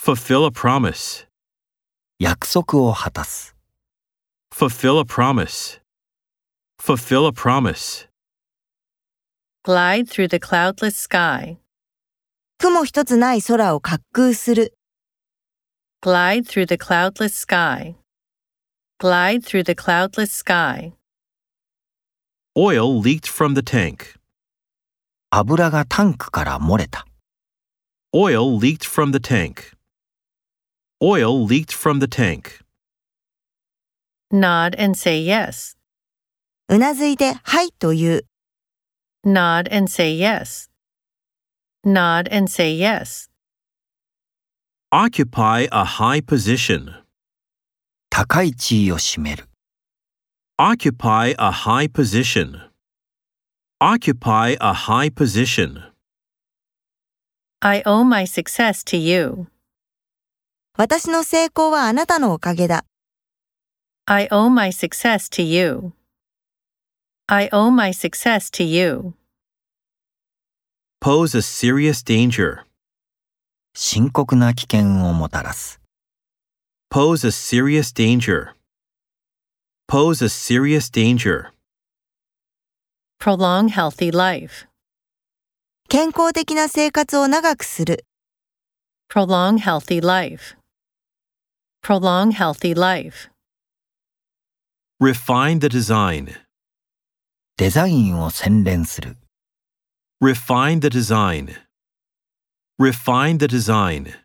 Fulfill a promise. 約束を果たす。 Fulfill a promise. Fulfill a promise. glide through the cloudless sky, 雲一つない空を滑空する。 glide through the cloudless sky, glide through the cloudless sky, Oil leaked from the tank. 油がタンクから漏れた。 Oil leaked from the tank. Oil leaked from the tank. nod and say yes, うなずいて、はいという。 nod and say yes, nod and say yes, Occupy a high position. 高い地位を占める。 Occupy a high position. Occupy a high position. I owe my success to you, 私の成功はあなたのおかげだ。 I owe my success to you, I owe my success to you, Pose a serious danger. 深刻な危険をもたらす。 Pose a serious danger. Pose a serious danger. prolong healthy life, 健康的な生活を長くする。 prolong healthy life, prolong healthy life. Refine the design. デザインを洗練する。 Refine the design. Refine the design.